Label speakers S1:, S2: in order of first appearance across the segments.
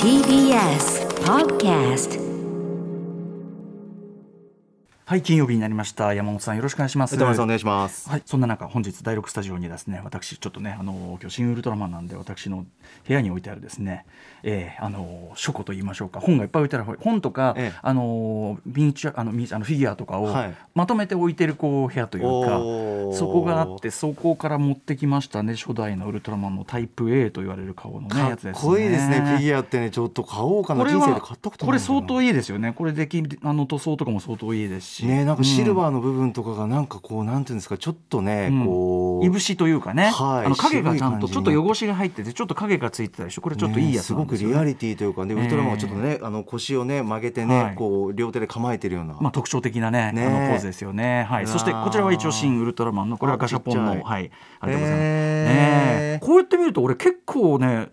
S1: TBS Podcast
S2: はい、金曜日になりました。山本さん、よろしくお願いします。
S3: 歌丸さんお願いします。
S2: はい、そんな中、本日第6スタジオにですね、私ちょっとね、あの今日新ウルトラマンなんで、私の部屋に置いてあるですね。えーあの書庫と言いましょうか、本がいっぱい置いてある本とか、
S3: ええ
S2: あのミニチュア、あのミニチュアあのフィギュアとかを
S3: はい
S2: まとめて置いてるこう部屋というか。
S3: おー
S2: そこがあって、そこから持ってきましたね、初代のウルトラマンのタイプ A と言われる顔のね、
S3: か
S2: や
S3: っ
S2: つですね。
S3: こいいですね。フィギュアってね、ちょっと買おうかな。
S2: これ
S3: 人
S2: は
S3: 生で買ったこと
S2: こ
S3: ない
S2: れ
S3: んだよな。
S2: 相当いいですよね。これできあの塗装とかも相当いいですし。
S3: ね、なんかシル
S2: ー、
S3: バーの部分とかがなんかこう、なんていうんですか、ちょっとね、
S2: うん
S3: こう。
S2: いぶしというかね、
S3: はい
S2: あの影がちゃんと
S3: 渋い感じ
S2: ちょっと汚しが入っててちょっと影がついてたでしょこれちょっといいやつ
S3: ね
S2: なんで
S3: すごく
S2: すよ、ね
S3: リアリティというかね、ウルトラマンはちょっとね、あの腰をね、曲げてね、
S2: はい
S3: こう両手で構えてるような。
S2: まあ、特徴的なね
S3: ね
S2: あのポーズですよね、は
S3: う
S2: い、
S3: わー
S2: そしてこちらは一応新ウルトラマンのこれはガシャポン
S3: あちっ
S2: の
S3: ちゃい
S2: はい、あれでございます、
S3: へー
S2: ねえこうやって見ると俺結構ねライ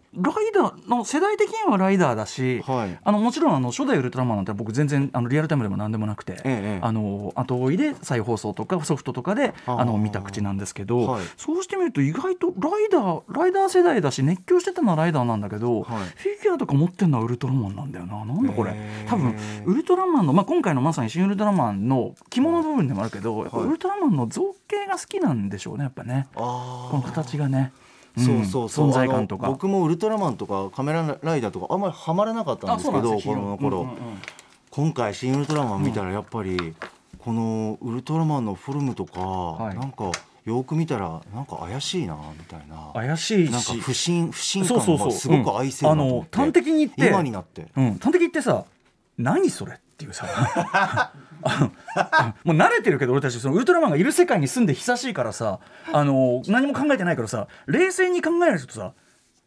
S2: ダーの世代的にはライダーだし、
S3: はい
S2: あのもちろんあの初代ウルトラマンなんて僕全然あのリアルタイムでも何でもなくて、
S3: ええ
S2: あの後追いで再放送とかソフトとかで
S3: あー
S2: あの見た口なんですけど、
S3: はい
S2: そうしてみると意外とライダーライダー世代だし熱狂してたのはライダーなんだけど、
S3: はい
S2: フィギュアとか持ってるのはウルトラマンなんだよななんだこれ
S3: へー
S2: 多分ウルトラマンの、まあ、今回のまさに「新ウルトラマン」の肝の部分でもあるけど、やっぱ
S3: はい
S2: ウルトラマンの造形が好きなんでしょうねやっぱね
S3: あー
S2: この形がね、ん
S3: そうそうそう、
S2: 存在感と
S3: あ
S2: か
S3: の僕もウルトラマンとかカメラライダーとかあんまりハマらなかったんですけど
S2: あそ
S3: こ
S2: うなん
S3: の
S2: ですよう
S3: 頃、
S2: んうんうん
S3: 今回「新ウルトラマン」見たらやっぱり、このウルトラマンのフォルムとか、
S2: い
S3: なんかよく見たらなんか怪しいなみたいな
S2: 怪しいし
S3: なんか不審不審
S2: そうそう
S3: 感
S2: そう
S3: がすごく愛せるなと思って、
S2: うんあの端的に言って
S3: 今になって
S2: うん、端的に言ってさ「何それ」っていうさ あのもう慣れてるけど俺たちそのウルトラマンがいる世界に住んで久しいからさあの何も考えてないからさ冷静に考えないとさ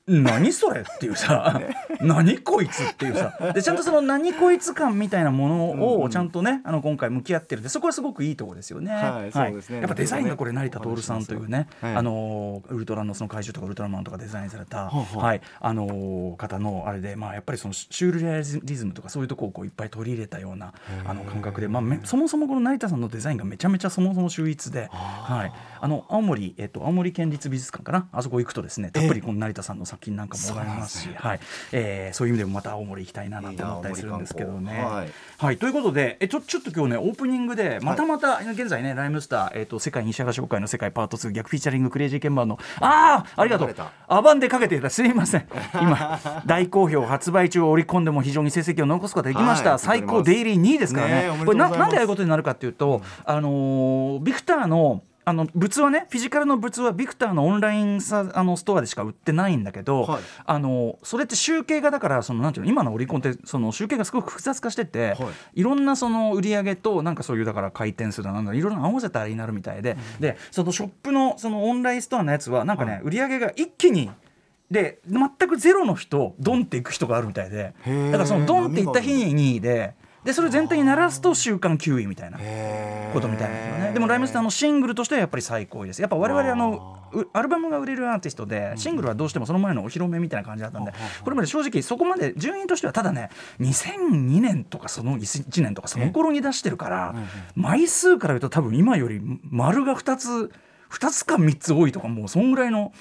S2: 何それっていうさ何こいつっていうさでちゃんとその何こいつ感みたいなものをちゃんとねあの今回向き合ってるんでそこはすごくいいとこですよね。
S3: はいそうですね
S2: やっぱデザインがこれ成田徹さんというね、
S3: はい
S2: あのウルトラのその怪獣とかウルトラマンとかデザインされた、
S3: ほうほう
S2: はいあのー方のあれで、まあ、やっぱりそのシュールレアリズムとかそういうとこをこういっぱい取り入れたようなあの感覚で、まあ、めそもそもこの成田さんのデザインがめちゃめちゃそもそも秀逸で、はい、あの青森、えっと、青森県立美術館かなあそこ行くとですねたっぷりこの成田さんの作品なんかもございますし、はいえーそういう意味でもまた青森行きたいななんて思ったりするんですけどね。
S3: いいな青森観光はい
S2: はい、ということで、えちょちょっと今日ね、オープニングで、またまた、現在ね、ライムスター、えっと世界西原紹介の世界パート2、逆フィーチャリング、クレイジーケンバーの、ああ、ありがと
S3: 流
S2: う
S3: れた、
S2: アバンでかけていた、すいませ ん、今、大好評、発売中、織り込んでも非常に成績を残すことができました、
S3: はい
S2: 最高、デイリー2位ですから
S3: ねえ
S2: ね、
S3: おめでとう
S2: これな、
S3: ござい
S2: な
S3: ます
S2: んでああいうことになるかっていうと、あのービクターの、あの物はねフィジカルの物はビクターのオンラインさあのストアでしか売ってないんだけど、
S3: はい
S2: あのそれって集計がだからそのなんていうの今のオリコンってその集計がすごく複雑化してて、、
S3: はい
S2: ろんなその売り上げとなんかそういうだから回転数だなんだいろいろ合わせたらになるみたいで、でそのショップのそのオンラインストアのやつはなんかね、売り上げが一気にで全くゼロの人ドンっていく人があるみたいで
S3: へー
S2: だからそのドンっていった日に2位ででそれ全体に鳴らすと週間9位みたいな。
S3: へー
S2: ことみたいなんですよね。でもライムスターのシングルとしてはやっぱり最高位です。やっぱ我々あのうアルバムが売れるアーティストでシングルはどうしてもその前のお披露目みたいな感じだったんでこれまで正直そこまで順位としてはただね2002年とかその1年とかその頃に出してるから枚数から言うと多分今より丸が2つ2つか3つ多いとかもうそんぐらいの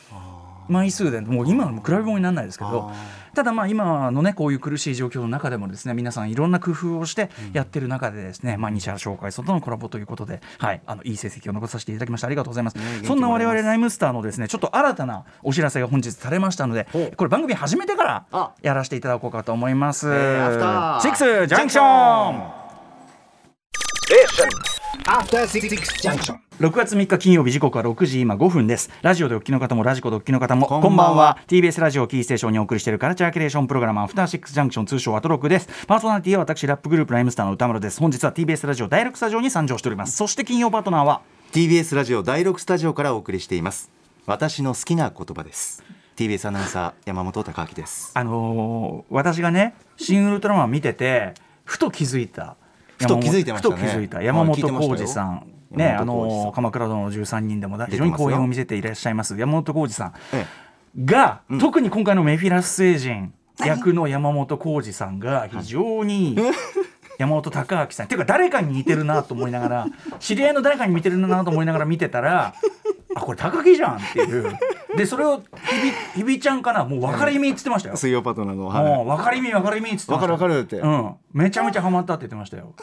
S2: 枚数でもう今の比べ物にならないですけどただまあ今のねこういう苦しい状況の中でもですね皆さんいろんな工夫をしてやってる中でですね、まあ西原紹介とのコラボということで、はい、あのいい成績を残させていただきましたありがとうございます、
S3: 気
S2: そんな
S3: もら
S2: 我
S3: えます
S2: 々ライムスターのですねちょっと新たなお知らせが本日されましたので
S3: ほう
S2: これ番組始めてか
S3: あ
S2: らやらせていただこうかと思います、
S3: えーアフター
S2: シックスジャンクション
S4: After Six Junction.
S2: 6月3日金曜日時刻は6時今5分ですラジオでお聞きの方もラジコでお聞きの方も
S3: こ
S2: こ
S3: ん
S2: ん
S3: ば
S2: ば
S3: ん
S2: ん
S3: は
S2: は TBS ラジオをキーステーションにお送りしているカルチャーキュレーションプログラムアフターシックスジャンクション通称アトロクですパーソナリティは私ラップグループライムスターの歌丸です本日は TBS ラジオ第6スタジオに参上しておりますそして金曜パートナーは
S3: TBS ラジオ第6スタジオからお送りしています私の好きな言葉です TBS アナウンサー山本貴明です
S2: あのー私がね「シン・ウルトラマン」見ててふと気づいた
S3: ふと気づいてましたね
S2: ふと気づいた山本
S3: はい聞いてましたよ
S2: 浩二さんねあ
S3: 山本浩二さん
S2: のー鎌倉殿の13人でもだ非常
S3: 出て
S2: に
S3: ますよ
S2: 好演を見せていらっしゃいます山本浩二さん、
S3: え
S2: が、特に今回のメフィラス星人役の山本浩二さんが非常に、山本隆明 さんっていうか誰かに似てるなと思いながら知り合いの誰かに似てるなと思いながら見てたらあこれ高木じゃんっていうでそれをひびひびちゃんかなもう分かりみっつってましたよ、
S3: 水曜パートナーの、はい、
S2: もう分かりみ分かりみっつってました
S3: 分かる分かるって
S2: うん、めちゃめちゃハマったって言ってました よ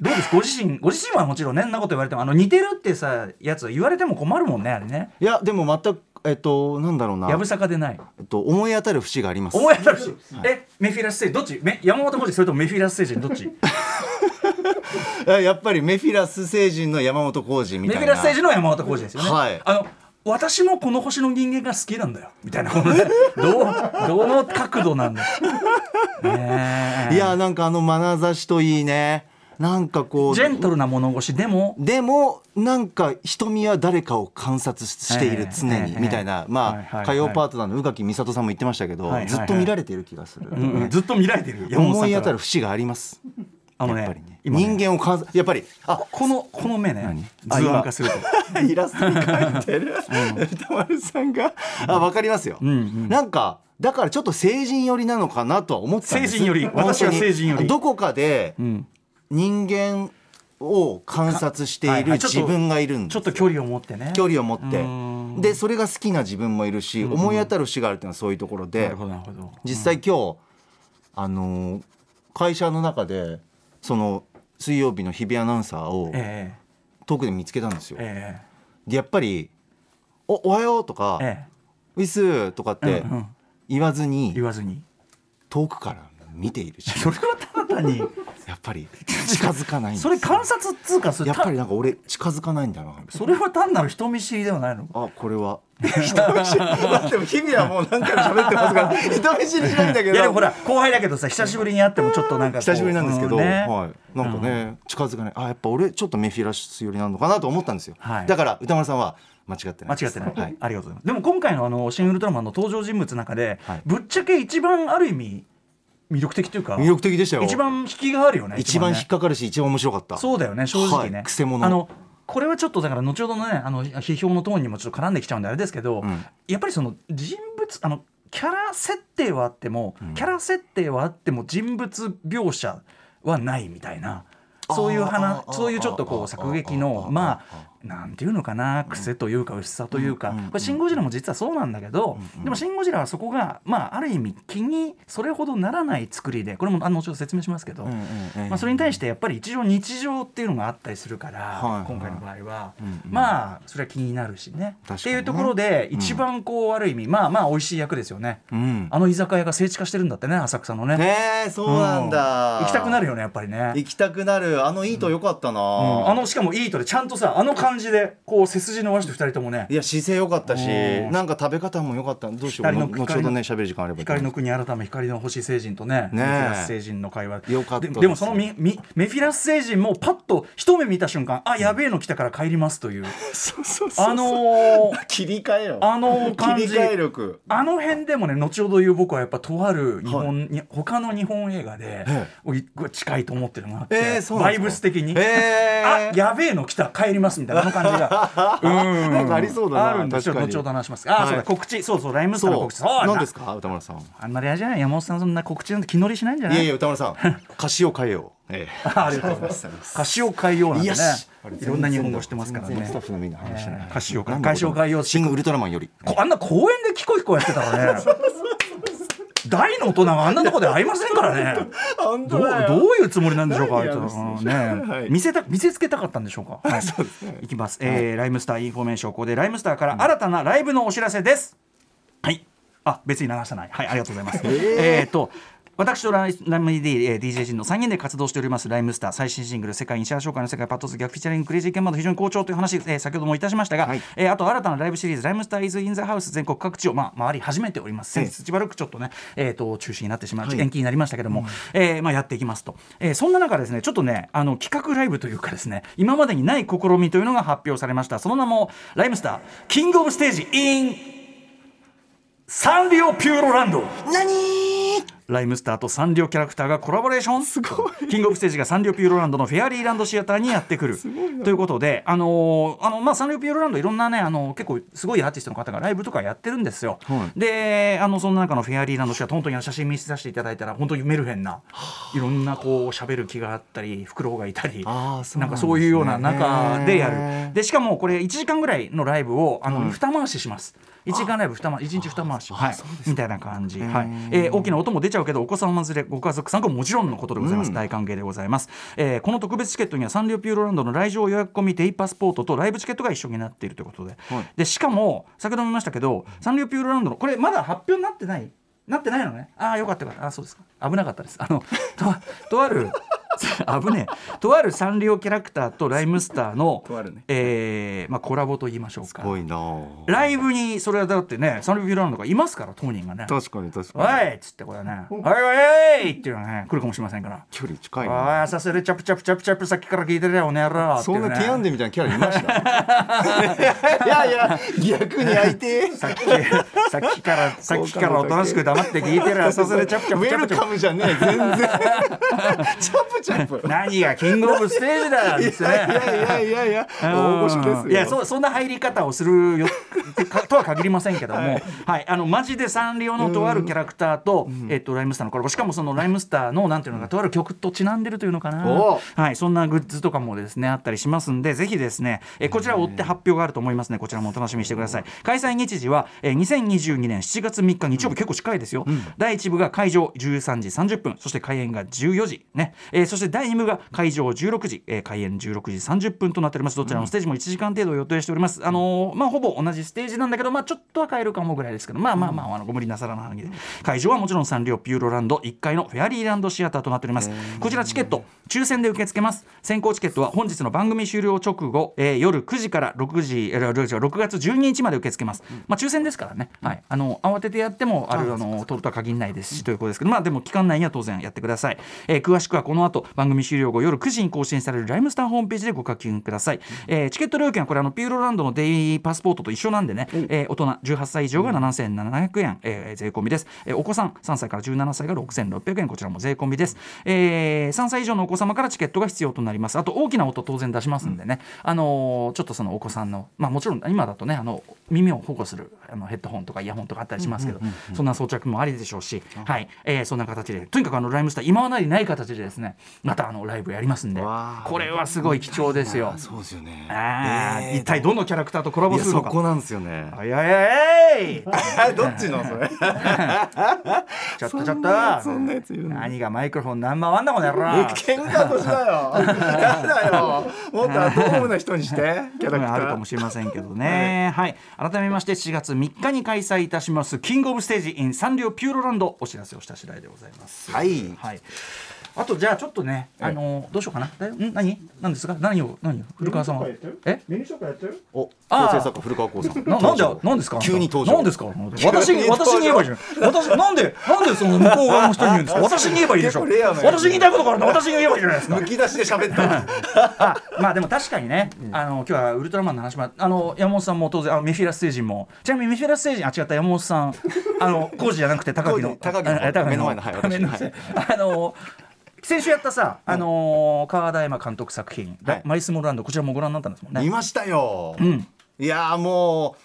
S2: どうですご自身ご自身はもちろんねんなこと言われてもあの似てるってさやつ言われても困るもんねあれね
S3: いやでも全くえっとなんだろうな
S2: やぶさかでない
S3: えっと思い当たる節があります
S2: 思い当た るし、えメフィラス星人どっちめ山本浩二それともメフィラス星人どっち
S3: あやっぱりメフィラス星人の山本浩二み
S2: メ
S3: たい
S2: フ
S3: な
S2: ィラス星人の山本浩二ですよね、
S3: はい
S2: あの私もこの星の人間が好きなんだよみたいなこ のねどうどの角度なんだ ねえ
S3: いやなんかあの眼差しといいねなんかこう
S2: ジェントルな物腰でも
S3: でもなんか瞳は誰かを観察している常
S2: ええ
S3: に
S2: ええ
S3: みたいな
S2: はい
S3: ま
S2: はいは
S3: あ
S2: い
S3: 火曜パートナーの宇垣美里さんも言ってましたけど
S2: はいはいはい
S3: ずっと見られてる気がする
S2: うんうんずっと見られてる山本さん
S3: 思い
S2: から
S3: 当たる節があります
S2: あの
S3: やっぱ
S2: ね
S3: りね
S2: 今ね
S3: 人間を観察やっぱりあ
S2: このこの目ね
S3: 何
S2: 図
S3: あ
S2: 案
S3: 今
S2: 化すると
S3: イラストに描いてる歌丸さんがあわかりますよなんかだからちょっと成人寄りなのかなとは思ったんです
S2: 成人寄り私は
S3: 本当に
S2: 成人寄り
S3: どこかで人間を観察して
S2: はいい
S3: る
S2: はいちょっと
S3: 自分がいるんです
S2: ちょっと距離を持ってね
S3: 距離を持って
S2: うん
S3: でそれが好きな自分もいるし、思い当たる節があるっていうのはそういうところ
S2: な
S3: で
S2: るほどなるほど
S3: 実際今日、あのー会社の中でその水曜日の日比アナウンサーを
S2: え
S3: 遠くで見つけたんですよ
S2: え。え
S3: でやっぱり「おおはよう」とか
S2: ええ
S3: 「ウィス」とかって
S2: うんうん
S3: 言わず
S2: え言
S3: に
S2: わずに
S3: 遠くから見ているし
S2: それはただ単に
S3: やっぱり近づかないんです
S2: それ観察っつうかそれ
S3: やっぱ
S2: た
S3: りなんか俺近づかないんだな
S2: それは単なる人見知りではないのか
S3: あこ れは人見知りだって日々はもう何回も喋ってますから人見知りしないんだけ
S2: いやでもほら後輩だけどさ久しぶりに会ってもちょっとなんかこう
S3: 久しぶりなんですけど、
S2: うね
S3: はい、なんかね、近づかないあやっぱ俺ちょっとメフィラス寄りなのかなと思ったんですよ、
S2: はい
S3: だから歌丸さんは間違ってな
S2: 間
S3: いで
S2: 違っ
S3: す
S2: てない、
S3: はい、
S2: ありがとうございますでも今回のあの「新ウルトラマン」の登場人物の中で、
S3: はい
S2: ぶっちゃけ一番ある意味魅力的というか
S3: 魅力的でしたよ
S2: 一番引きがあるよね
S3: 一番
S2: ね
S3: 引っかかるし一番面白かった
S2: そうだよね正直ね、
S3: はいくせ者
S2: あのこれはちょっとだから後ほどのねあの批評のトーンにもちょっと絡んできちゃうんであれですけど、
S3: ん
S2: やっぱりその人物あのキャラ設定はあっても、キャラ設定はあっても人物描写はないみたいなそういう
S3: あー
S2: 話
S3: あー
S2: そういうちょっとこ
S3: あ
S2: う
S3: ー
S2: 作劇
S3: あー
S2: の
S3: あー
S2: まあなんていうのかな癖というか薄さというか、
S3: うんうん
S2: これ「シン・ゴジラ」も実はそうなんだけど、でも「シン・ゴジラ」はそこが、まあ、ある意味気にそれほどならない作りでこれもあの後ほど説明しますけど、
S3: うんうんうん
S2: まあ、それに対してやっぱり一応日常っていうのがあったりするから、
S3: はいはい
S2: 今回の場合は、
S3: んうん
S2: まあそれは気になるしね
S3: 確かにね
S2: っていうところで一番こう、ある意味まあまあ美味しい役ですよね、
S3: うん
S2: あの居酒屋が聖地化してるんだってね浅草のね
S3: ねえそうなん
S2: う
S3: だ、
S2: 行きたくなるよねやっぱりね、
S3: 行きたくなるあのいいとよかったな、
S2: うんあのしかもいいとでちゃんとさあの感じでこう背筋伸ばして2人ともね
S3: いや姿勢良かったし
S2: うん
S3: なんか食べ方も良かったどうしよう
S2: 光の
S3: 後ほどね喋る時間あれば
S2: 光の国改め光の星星人とね
S3: ねえ
S2: メフィラス星人の会話
S3: よかったです
S2: ででもそのみみメフィラス星人もパッと一目見た瞬間あやべえの来たから帰りますという
S3: そうそうそう
S2: あのー
S3: 切り替えよ
S2: あの感じ
S3: 切り替え力
S2: あの辺でもね後ほど言う僕はやっぱとある日本、に他の日本映画で、
S3: え
S2: 僕近いと思ってるのがあって、
S3: えーそうなん
S2: バ
S3: ですか
S2: イブス的に、
S3: えー
S2: あやべえの来た帰りますみたいなあの感じ がう
S3: なんかありそうだな
S2: あるんですよ
S3: 確かに
S2: 後ほど話しますあ、
S3: はい
S2: そうだ告知そうそうライムスターの
S3: そう
S2: 告知そう
S3: 何
S2: だ
S3: ですか歌丸さん
S2: あんまりあれじゃない山本さんそんな告知なんて気乗りしないんじゃない
S3: いやいや歌丸さ ん歌詞を変えようええ
S2: あありがとうございます歌詞を変えようなんてねいろんな日本語してますから
S3: 全然
S2: ね
S3: スタッフのみんな話してない
S2: ええ歌詞を
S3: なんだ
S2: 歌詞を変えよう
S3: シングウルトラマンより
S2: こあんな公園でキコキコやってた らね大の大人があんなとこで会いませんからねどうどういうつもりなんでしょうかあいつはね、
S3: はい
S2: 見せた見せつけたかったんでしょうか、はい、いきます、えーライムスターインフォメーションここでライムスターから新たなライブのお知らせです、はいあ別に流さないはいありがとうございます えっと私とライラム D えー DJ 陣の3人で活動しておりますライムスター最新シングル「世界にシャー紹介の世界パッドス逆フィーチャリングクレイジーケンバンド」非常に好調という話、えー先ほどもいたしましたが、
S3: はい
S2: えーあと新たなライブシリーズ「ライムスターイズ・イン・ザ・ハウス」全国各地を、まあ、回り始めております先日しばらくちょっとね、えー、と中止になってしまう、
S3: はい
S2: 延期になりましたけども、えーまあ、やっていきますと、えーそんな中ですねちょっとねあの企画ライブというかですね今までにない試みというのが発表されましたその名も「ライムスターキング・オブ・ステージ・イン・サンリオピューロランド。
S3: 何
S2: ライムスターとサンリオキャラクターがコラボレーションすごいキングオブステージがサンリオピューロランドのフェアリーランドシアターにやってくるということで、あのーあのまあ、サンリオピューロランドいろんなね、あの結構すごいアーティストの方がライブとかやってるんですよ、であのその中のフェアリーランドシアター本当にあの写真見せさせていただいたら本当にメルヘンないろんなこう喋る気があったりフクロウがいたり
S3: あーそう
S2: な
S3: なん
S2: か
S3: んですね
S2: そういうような中でや
S3: へ
S2: る
S3: ー
S2: でしかもこれ1時間ぐらいのライブをあの、二回しします1時間ライブ二回1日二回し、はい、みたいな感じ、はいえー大きな音も出ちゃうけどお子様連れご家族参加ももちろんのことでございます、大歓迎でございます、えーこの特別チケットにはサンリオピューロランドの来場予約込みデイパスポートとライブチケットが一緒になっているということで,、でしかも先ほども言いましたけどサンリオピューロランドのこれまだ発表になってないなってないのねああよかったよかったあーそうですか危なかったですあのととある 危ねえとあるサンリオキャラクターとライムスターの、
S3: とあるね
S2: えーまあ、コラボと言いましょうか
S3: すごいなあ
S2: ライブにそれはだってねサンリオピューランドがいますから当人がね「
S3: 確かに確
S2: お
S3: かに
S2: い!」っつってこれはね「おいおいおい!」っていうのはね来るかもしれませんから
S3: 距離
S2: 「
S3: 近いな
S2: ああさせるチャプチャプチャプチャプさっきから聞いてるよおねやろ」ってい
S3: そ
S2: うんね
S3: なティアンデみたいなキャラいました いやいや逆に相手
S2: さっき さっき からさっきからおとなしく黙って聞いてるよさせるチャプチャ
S3: ウ
S2: プチャプ
S3: ェル
S2: チャプ
S3: カムじゃねえ全然チャプチャプ
S2: 何がキングオブステージだよ」っつって
S3: い
S2: ね
S3: やいやいやいや大御所ですよ
S2: いやそそんな入り方をするよ ってかとは限りませんけども、はいあのマジでサンリオのとあるキャラクターと,、えっとライムスターのコラボしかもそのライムスターのなんていうのかとある曲とちなんでるというのかな、
S3: お
S2: はい、そんなグッズとかもですねあったりしますんでぜひですねえこちらを追って発表があると思いますねこちらもお楽しみにしてください開催日時はえ2022年7月3日日曜日結構近いですよ、第1部が会場13時30分そして開演が14時ね、えーそして第2部が会場16時、えー開演16時30分となっておりますどちらのステージも1時間程度を予定しておりますあのーまあほぼ同じステージなんだけどまあちょっとは変えるかもぐらいですけどまあまあまああのご無理なさらない範囲で会場はもちろんサンリオピューロランド1階のフェアリーランドシアターとなっておりますこちらチケット抽選で受け付けます先行チケットは本日の番組終了直後、えー夜9時から6時えー6時6月12日まで受け付けます、まあ抽選ですからね、はい、あの慌ててやってもあるあの取るとは限らないですしということですけどまあでも期間内には当然やってください、えー詳しくはこの後番組終了後夜9時に更新されるライムスターホームページでご課金ください、えーチケット料金はこれあのピューロランドのデイパスポートと一緒なんでね、えー大人18歳以上が7700円、えー税込みです、えーお子さん3歳から17歳が6600円こちらも税込みです、えー3歳以上のお子様からチケットが必要となりますあと大きな音当然出しますんでね、あのーちょっとそのお子さんのまあもちろん今だとねあの耳を保護するあのヘッドホンとかイヤホンとかあったりしますけど、そんな装着もありでしょうし、はいえーそんな形でとにかくあのライムスター今はなりない形でですねまたあのライブやりますんで
S3: わあ
S2: これはすごい貴重ですよ。
S3: そうですよね
S2: あー
S3: えー
S2: 一体どのキャラクターとコラボ
S3: いや
S2: するの
S3: そ
S2: か
S3: こなんですよね
S2: おいおいお いおい
S3: どっちのそれ
S2: ちょっとちょっ
S3: そん
S2: と
S3: なやつそんなやついるの
S2: 何がマイクロフォン何回んだこの野郎
S3: 喧嘩腰だよ。やだよ。もっとアットホームな人にして。キャラクター。
S2: あるかもしれませんけどね、はい改めまして7月3日に開催いたしますキングオブステージ in サンリオピューロランドお知らせをした次第でございます
S3: はい
S2: はい、あとじゃあちょっとねあのどうしようかなだいん何何ですか何を何を古川さんはえ
S4: メニュー紹介やってる
S3: お、
S2: あー
S3: 構成作家古川光さん。
S2: ななんでなんですか
S3: 急に登場。
S2: なんですか私
S3: 急
S2: に
S3: に登場
S2: 私に言えばいいじゃん私なんでなんでその向こう側の人に言うん ですか私に言えばいいでしょ
S3: 結構レアなやつ
S2: 私に言いたいことがあるの私に言えばいいじゃないですか
S3: むき出しで 喋った。
S2: あまあでも確かにね、あの今日はウルトラマンの話もあの山本さんも当然あのメフィラス星人もちなみにメフィラス星人あ違った山本さんあの工事じゃなくて 高木の
S3: 浩二高木の
S2: あ
S3: 目の前のはい私
S2: 目の前あの先週やったさ、あの川田絵馬監督作品、
S3: はい
S2: マリス・モルランドこちらもご覧になったんですもん
S3: 見
S2: ね
S3: ましたよ。
S2: ん
S3: いやーも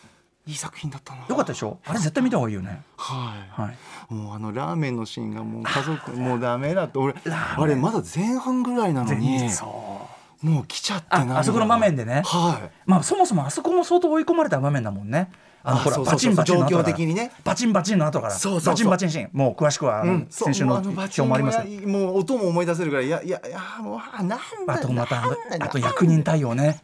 S3: ういい作品だったな。
S2: よかったでしょあれ絶対見た方がいいよね
S3: は
S2: はい
S3: い。もうあのラーメンのシーンがもう家族もうダメだと俺あれまだ前半ぐらいなのに
S2: そう
S3: もう来ちゃってない
S2: ああそこの場面でね
S3: はい。
S2: まあそもそもあそこも相当追い込まれた場面だもんねあの
S3: あ
S2: ほら
S3: そうそう
S2: バチンバチンの後から
S3: 状況的にね
S2: バチンバチンの後から
S3: そうそうそう
S2: バチンバチンシーンもう詳しくはあの
S3: そう
S2: 先週の
S3: もうあのバ
S2: 表
S3: チン
S2: もありますけど
S3: もやもう音も思い出せるぐらいいやいやいやもうあなんだ
S2: あとまたあの
S3: なんだ
S2: あと役人対応ね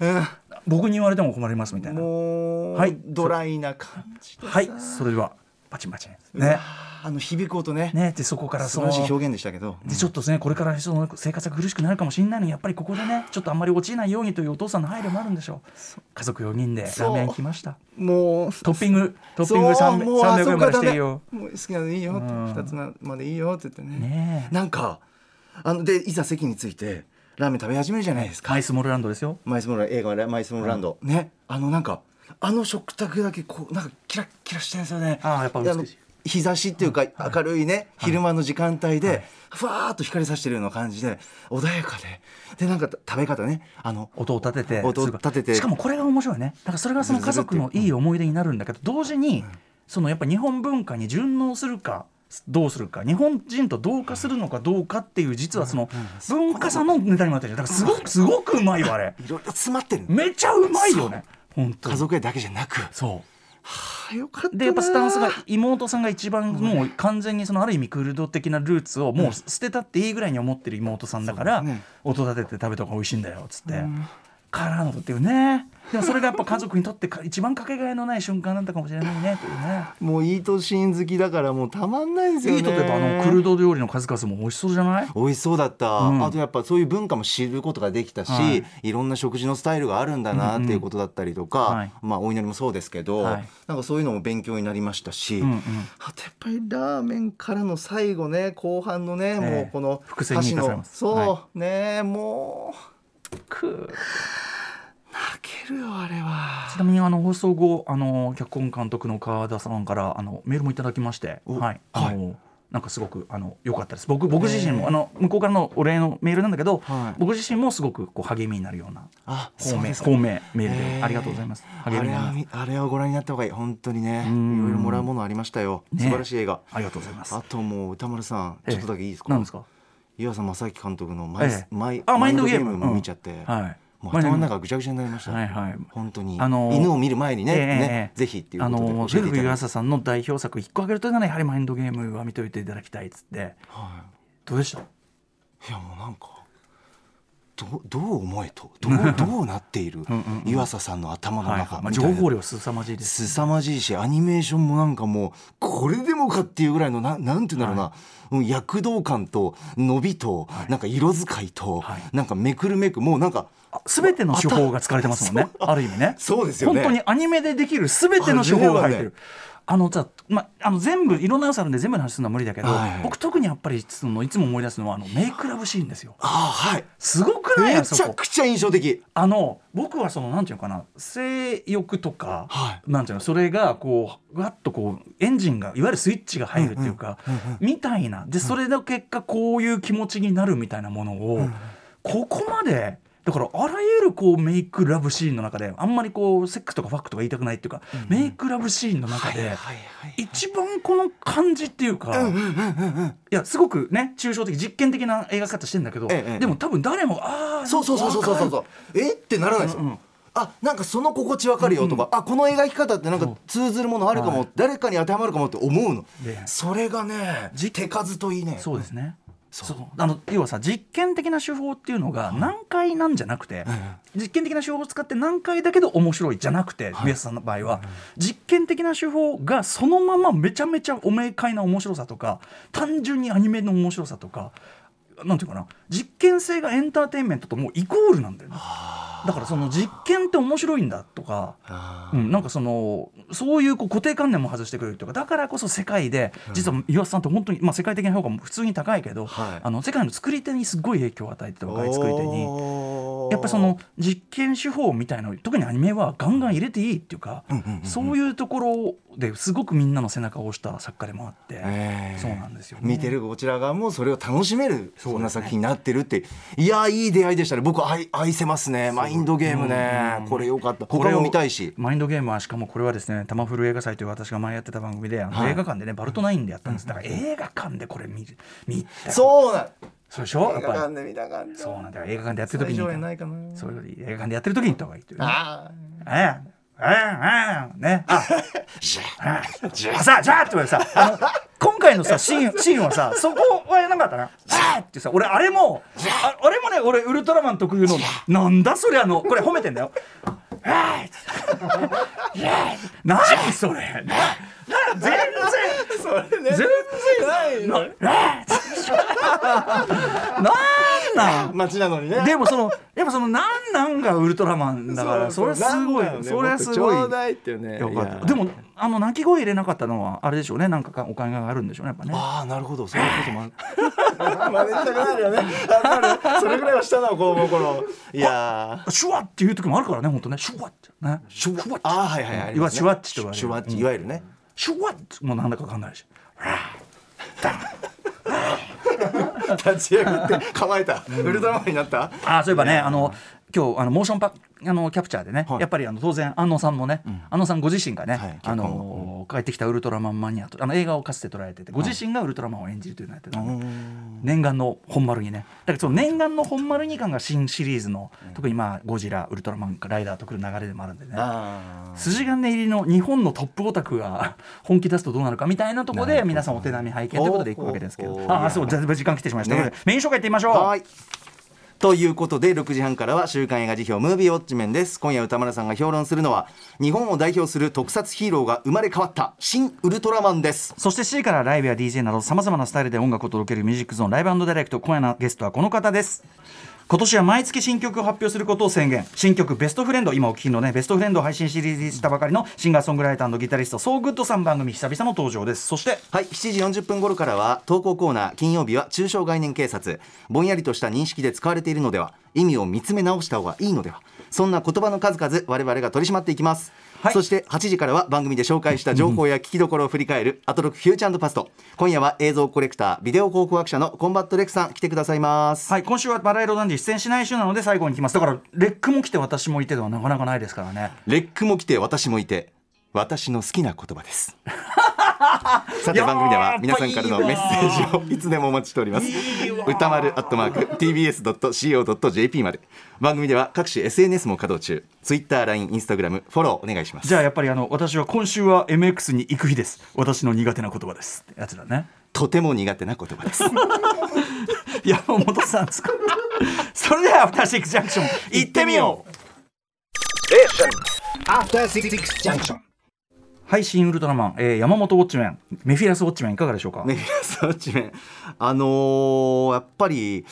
S2: 僕に言われても困りますみたいな
S3: もう、
S2: はい
S3: ドライな感じでさ
S2: はいそれではパチンパチンね
S3: あの響く音ね
S2: ねでそこから
S3: 素
S2: その
S3: 晴らしい表現でしたけど
S2: でちょっとねこれからその生活が苦しくなるかもしれないのにやっぱりここでねちょっとあんまり落ちないようにというお父さんの配慮もあるんでしょう家族4人でラ
S3: そう
S2: ーメン来ました
S3: もう
S2: トッピングトッピング
S3: そう
S2: 3
S3: もうあ
S2: 300
S3: そ
S2: 円
S3: こ
S2: まで
S3: がダ
S2: し
S3: メ
S2: ていいよ
S3: もう好きなのでいいよって2つまでいいよって言ってね
S2: ねえ
S3: なんかあのでいざ席についてラーメン食べ始めるじゃないですか、
S2: マイスモルランドですよ
S3: マイスモーラ映画はマイスモーランド、ねあのなんかあの食卓だけこうなんかキラッキラしてるんですよね
S2: あーやっぱ美しい
S3: の日差しっていうか明るいね昼間の時間帯でふわーっと光さしてるような感じで穏やかででなんか食べ方ねあの
S2: 音を立てて
S3: 音を立てて
S2: しかもこれが面白いねだからそれがその家族のいい思い出になるんだけど同時にそのやっぱ日本文化に順応するかどうするか日本人と同化するのかどうかっていう実はその文化差のネタにもなってるじゃんだからすごくすごくうまいよあれ
S3: いろいろ詰まってる
S2: めちゃうまいよね本当
S3: 家族へだけじゃなく
S2: そう
S3: あよかったな
S2: でやっぱスタンスが妹さんが一番もう完全にそのある意味クルド的なルーツをもう捨てたっていいぐらいに思ってる妹さんだから
S3: そうですね
S2: 音立てて食べた方が美味しいんだよっつって。からのっていうねでもそれがやっぱ家族にとってか一番かけがえのない瞬間だったかもしれないねというね。
S3: もういいとシーン好きだからもうたまんないですよ
S2: い
S3: ね
S2: いと例えばあのクルド料理の数々も美味しそうじゃない
S3: 美味しそうだった、
S2: うん
S3: あとやっぱそういう文化も知ることができたし、
S2: はい
S3: い、ろんな食事のスタイルがあるんだなっていうことだったりとか、
S2: うんうんはい
S3: まあお祈りもそうですけど、
S2: はい
S3: なんかそういうのも勉強になりましたし、
S2: うんうん
S3: あとやっぱりラーメンからの最後ね後半のね、
S2: え
S3: もうこの
S2: 伏線に生かされます
S3: 箸のそう、
S2: は
S3: ねもう
S2: く
S3: 泣けるよあれは。
S2: ちなみにあの放送後あの脚本監督の川田さんからあのメールもいただきまして、
S3: お
S2: はい、
S3: はい
S2: あのなんかすごくあの良かったです。僕僕自身もあの向こうからのお礼のメールなんだけど、
S3: はい
S2: 僕自身もすごくこう励みになるような
S3: あ
S2: 方
S3: そう
S2: 面
S3: ですか
S2: 方面メール
S3: え
S2: で
S3: ー
S2: ありがとうございます。
S3: あ
S2: 励み
S3: れ
S2: になり
S3: は
S2: ます。
S3: みあれはご覧になった方がいい本当にねい
S2: うん
S3: ろいろもらうものありましたよ、
S2: ね
S3: 素晴らしい映画
S2: ありがとうございます
S3: あ。ともう歌丸さん
S2: ええ
S3: ちょっとだけいいですか、
S2: なんですか。
S3: 岩佐正樹監督のマイス、
S2: ええ
S3: マイ
S2: あ
S3: マ
S2: マ
S3: イ
S2: イ
S3: ン
S2: ン
S3: ド
S2: ド
S3: ゲ
S2: ゲー
S3: ー
S2: ム
S3: ムも見ちゃって、
S2: はい
S3: もう頭の中ぐちゃぐちゃになりました、
S2: はいはい。
S3: 本当に、
S2: あのー
S3: 犬を見る前にね,、ねぜひっていうことで
S2: あの
S3: 教
S2: ー
S3: えて
S2: ル
S3: い
S2: フィ・
S3: ただ
S2: ガ
S3: い
S2: ー
S3: て、
S2: サさんの代表作一個挙げるというならやはりマインドゲームは見といていただきたいっつって
S3: は
S2: どうでした
S3: い、いやもうなんかどどう思えとどうどうなっている岩佐さんの頭の
S2: はい
S3: 中
S2: はいまあ、
S3: みた
S2: 情
S3: いな
S2: 報量凄まじいです
S3: すさまじいしアニメーションもなんかもうこれでもかっていうぐらいのななんていうんだろうな、うん躍動感と伸びと、なんか色使いと、
S2: はい
S3: なんかめくるめくもうなんか
S2: すべての手法が使われてますもん ねある意味ね
S3: そうですよね
S2: 本当にアニメでできるすべての手法が入ってるあのさ、ま、あの全部いろんな良さあるんで全部の話するのは無理だけど、
S3: はい
S2: 僕特にやっぱりそのいつも思い出すのはあのメイクラブシーンですよ
S3: ああはい
S2: すごくない
S3: め
S2: あ
S3: ち
S2: そ
S3: ゃ
S2: こ
S3: くちゃ印象的
S2: あの僕はそのなんていうのかな性欲とか、
S3: は
S2: なんていうのそれがこうわっとこうエンジンがいわゆるスイッチが入るっていうか、みたいなでそれの結果こういう気持ちになるみたいなものを、ここまでだからあらゆるこうメイクラブシーンの中であんまりこうセックスとかファックとか言いたくないっていうか、メイクラブシーンの中で。
S3: いはい
S2: 一番この感じっていうか、いやすごくね抽象的実験的な映画方してんだけど、
S3: ええええ
S2: でも多分誰もああ
S3: そうそうそうそうそうそうそうえってならないですよ、
S2: うんうん
S3: あなんかその心地わかるよとか、あこの描き方ってなんか通ずるものあるかも、
S2: はい
S3: 誰かに当てはまるかもって思うの、
S2: で
S3: それがね手数といいね
S2: そうですね。
S3: そう
S2: そうあの要はさ実験的な手法っていうのが難解なんじゃなくて、実験的な手法を使って難解だけど面白いじゃなくて、宮下さんの場合は、実験的な手法がそのままめちゃめちゃお明快な面白さとか単純にアニメの面白さとかなんていうかな実験性がエンターテインメントともうイコールなんだよね。だからその実験って面白いんだとか
S3: あ
S2: うん、なんかそのそういうこう固定観念も外してくれるというかだからこそ世界で実は岩田さんって本当に、まあ、世界的な評価も普通に高いけど、
S3: はい
S2: あの世界の作り手にすごい影響を与えてた若い作り手に。
S3: おー
S2: やっぱその実験手法みたいなの特にアニメはガンガン入れていいっていうか、そういうところですごくみんなの背中を押した作家でもあって、
S3: えー
S2: そうなんですよ、
S3: 見てるこちら側もそれを楽しめるそんな作品になってるっていやーいい出会いでしたね僕愛愛せますねマインドゲームねこれよかった
S2: これ
S3: 他
S2: を
S3: も見たいし
S2: マインドゲームはしかもこれはですね「タマフル映画祭」という私が前やってた番組で、あの
S3: はい
S2: 映画館でねバルトナインでやったんですだから映画館でこれ見る見た
S3: そうなん
S2: そうでしょやっぱり
S3: で見たかっ
S2: そうなんだよ映画館でやってる時
S3: 最上映
S2: に
S3: ないかな
S2: そういうより映画館でやってる時に行った方がいいというね
S3: あ
S2: ええええええねあ
S3: あ じゃ
S2: ああさあじゃあって言われてさあの今回のさシーンシーンはさそこはやらなかったなあってさ俺あれもああれもね俺ウルトラマン特有のなんだそれあのこれ褒めてんだよあい何それなな全然
S3: それね
S2: 全
S3: ない
S2: 然な あなんなん
S3: 街なのにね
S2: でもそのやっぱそのなんなんがウルトラマンだからそれはすごいそれはすごい
S3: よだいっていうね
S2: よかっ
S3: い
S2: た
S3: や
S2: でもあの鳴き声入れなかったのはあれでしょうねなんかかお考えがあるんでしょうねやっぱね
S3: ああなるほどそういうことも ある真似したくなるよねわかるそれぐらいはしたな子供頃いやー
S2: シュワッっていう時もあるからね本当ねシュワッってね
S3: シュワッあーはいはいあり
S2: いわゆる
S3: ますね
S2: シュワッチと言われる
S3: シュワッチいわゆるね
S2: シュワッもうなんだかわかんないし
S3: 立ち上が って構えた、ウルトラマンになった
S2: あーそういえばねあの今日あのモーションパあのキャプチャーでね、
S3: はい
S2: やっぱりあの当然安野さんもね、安野さんご自身がね、
S3: はい
S2: あの帰ってきたウルトラマンマニアとあの映画をかつて捉えててご自身がウルトラマンを演じるというのをやってたんで、念願の本丸にねだからその念願の本丸2巻が新シリーズの、特にまあゴジラウルトラマンライダーとくる流れでもあるんでね
S3: あー
S2: 筋金入りの日本のトップオタクが本気出すとどうなるかみたいなところで皆さんお手並み拝見ということでいくわけですけ
S3: ほう
S2: ど
S3: ほうほう
S2: ああそうだいぶ時間来てしまいました、
S3: ね
S2: ということでメイン紹介いってみましょう
S3: はいということで6時半からは週刊映画辞表ムービーウォッチメンです今夜歌丸さんが評論するのは日本を代表する特撮ヒーローが生まれ変わった新ウルトラマンです
S2: そして C からライブや DJ などさまざまなスタイルで音楽を届けるミュージックゾーンライブダイレクト今夜のゲストはこの方です今年は毎月新曲を発表することを宣言新曲「ベストフレンド」今お聴きのね「ベストフレンド」を配信シリーズしたばかりのシンガーソングライターギタリストソーグッドさん番組久々の登場ですそして
S3: はい7時40分頃からは投稿コーナー金曜日は中小概念警察ぼんやりとした認識で使われているのでは意味を見つめ直した方がいいのではそんな言葉の数々我々が取り締まっていきます、
S2: はい
S3: そして8時からは番組で紹介した情報や聞きどころを振り返る「アトロックフューチャーパスト」今夜は映像コレクタービデオ考古学者のコンバットレックさん来てくださいます
S2: はい今週はバラ色ダンディ出演しない週なので最後に来ますだからレックも来て私もいてではなかなかないですからね
S3: レックも来て私もいて私の好きな言葉です さて
S2: やー
S3: 番組では皆さんからのメッセージをいつでもお待ちしております歌丸アットマーク tbs.co.jp まで番組では各種 SNS も稼働中 TwitterLINE インスタグラムフォローお願いします
S2: じゃあやっぱりあの私は今週は MX に行く日です私の苦手な言葉ですってやつだね
S3: とても苦手な言葉 です
S2: 山本さん作ったそれではアフターシックスジャンクション行ってみよう
S4: After Six Junction.
S2: はい新ウルトラマン、えー、山本ウォッチメンメフィラスウォッチメンいかがでしょうか、
S3: メフィラスウォッチメンあのーやっぱり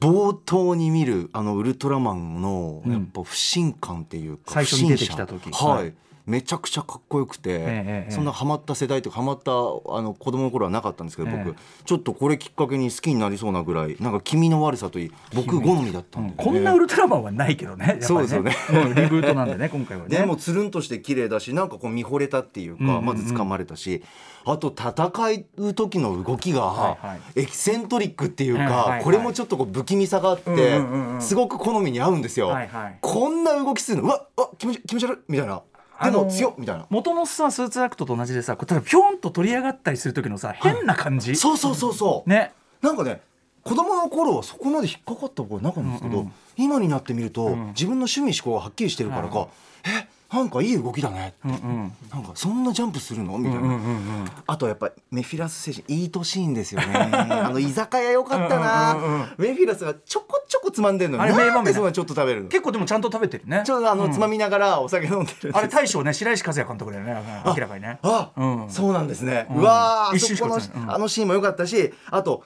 S3: 冒頭に見るあのウルトラマンのやっぱ不信感っていうか、
S2: 最初に
S3: 不審者
S2: 出てきた時
S3: はい、
S2: はい
S3: めちゃくちゃかっこよくて、
S2: ええ
S3: そんなハマった世代というかハマったあの子供の頃はなかったんですけど僕、
S2: ええ
S3: ちょっとこれきっかけに好きになりそうなぐらいなんか君の悪さといい僕好みだったんで、
S2: こんなウルトラマンはないけどねやっぱりね
S3: そうですよね
S2: うんリブートなんで ね今回はね
S3: でもつるんとして綺麗だしなんかこう見惚れたっていうか、
S2: んうんうん
S3: まず掴まれたしあと戦う時の動きが、
S2: はいはい
S3: エキセントリックっていうか、
S2: はいはいはい
S3: これもちょっとこう不気味さがあって、
S2: うんうんうんうん
S3: すごく好みに合うんですよ。
S2: はいはい
S3: こんな動きするのうわうわ気持ち気持ち悪いみたいなで
S2: あ
S3: も
S2: の
S3: 強っみたいな。
S2: 元のさスーツアクトと同じでさこう例えばピョンと取り上がったりする時のさ変な感じ、
S3: そうそうそうそう、
S2: ね
S3: なんかね子供の頃はそこまで引っかかったことなかったんですけど、
S2: うんうん
S3: 今になってみると、
S2: ん
S3: 自分の趣味思考がはっきりしてるからか、えなんかいい動きだね
S2: うんうん
S3: なんかそんなジャンプするのみたいな、
S2: うんうん
S3: あとやっぱメフィラス星人いい年いいんですよ ねあの居酒屋よかったな、メフィラスがちょこちょこつまんでんの
S2: あれ
S3: に
S2: 名場面
S3: なんでそんなちょっと食べるのち
S2: 結構でもちゃんと食べてるね
S3: ょっとあの、つまみながらお酒飲んでるんで
S2: あれ大将ね白石和也監督だよね明らかにね
S3: あ、
S2: うん
S3: そうなんですね、うわーあ
S2: 一瞬し
S3: そ
S2: か
S3: この、
S2: 映らないうん
S3: あのシーンも良かったしあと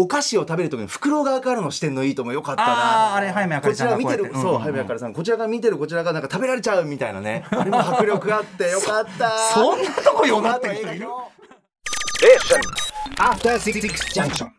S3: お菓子を食べる時の袋側からの視点のいいとも良かった
S2: あー
S3: な
S2: あれ早見あか
S3: こ
S2: り
S3: ち
S2: さん
S3: ら
S2: が
S3: 見てる
S2: こうやって
S3: そううん早見あかりさんこちらが見てるこちらがなんか食べられちゃうみたいなねあれも迫力あって良かった
S2: そんなとこよなって
S3: この
S2: く
S3: 後映画
S2: る
S3: の
S4: After Six Junction.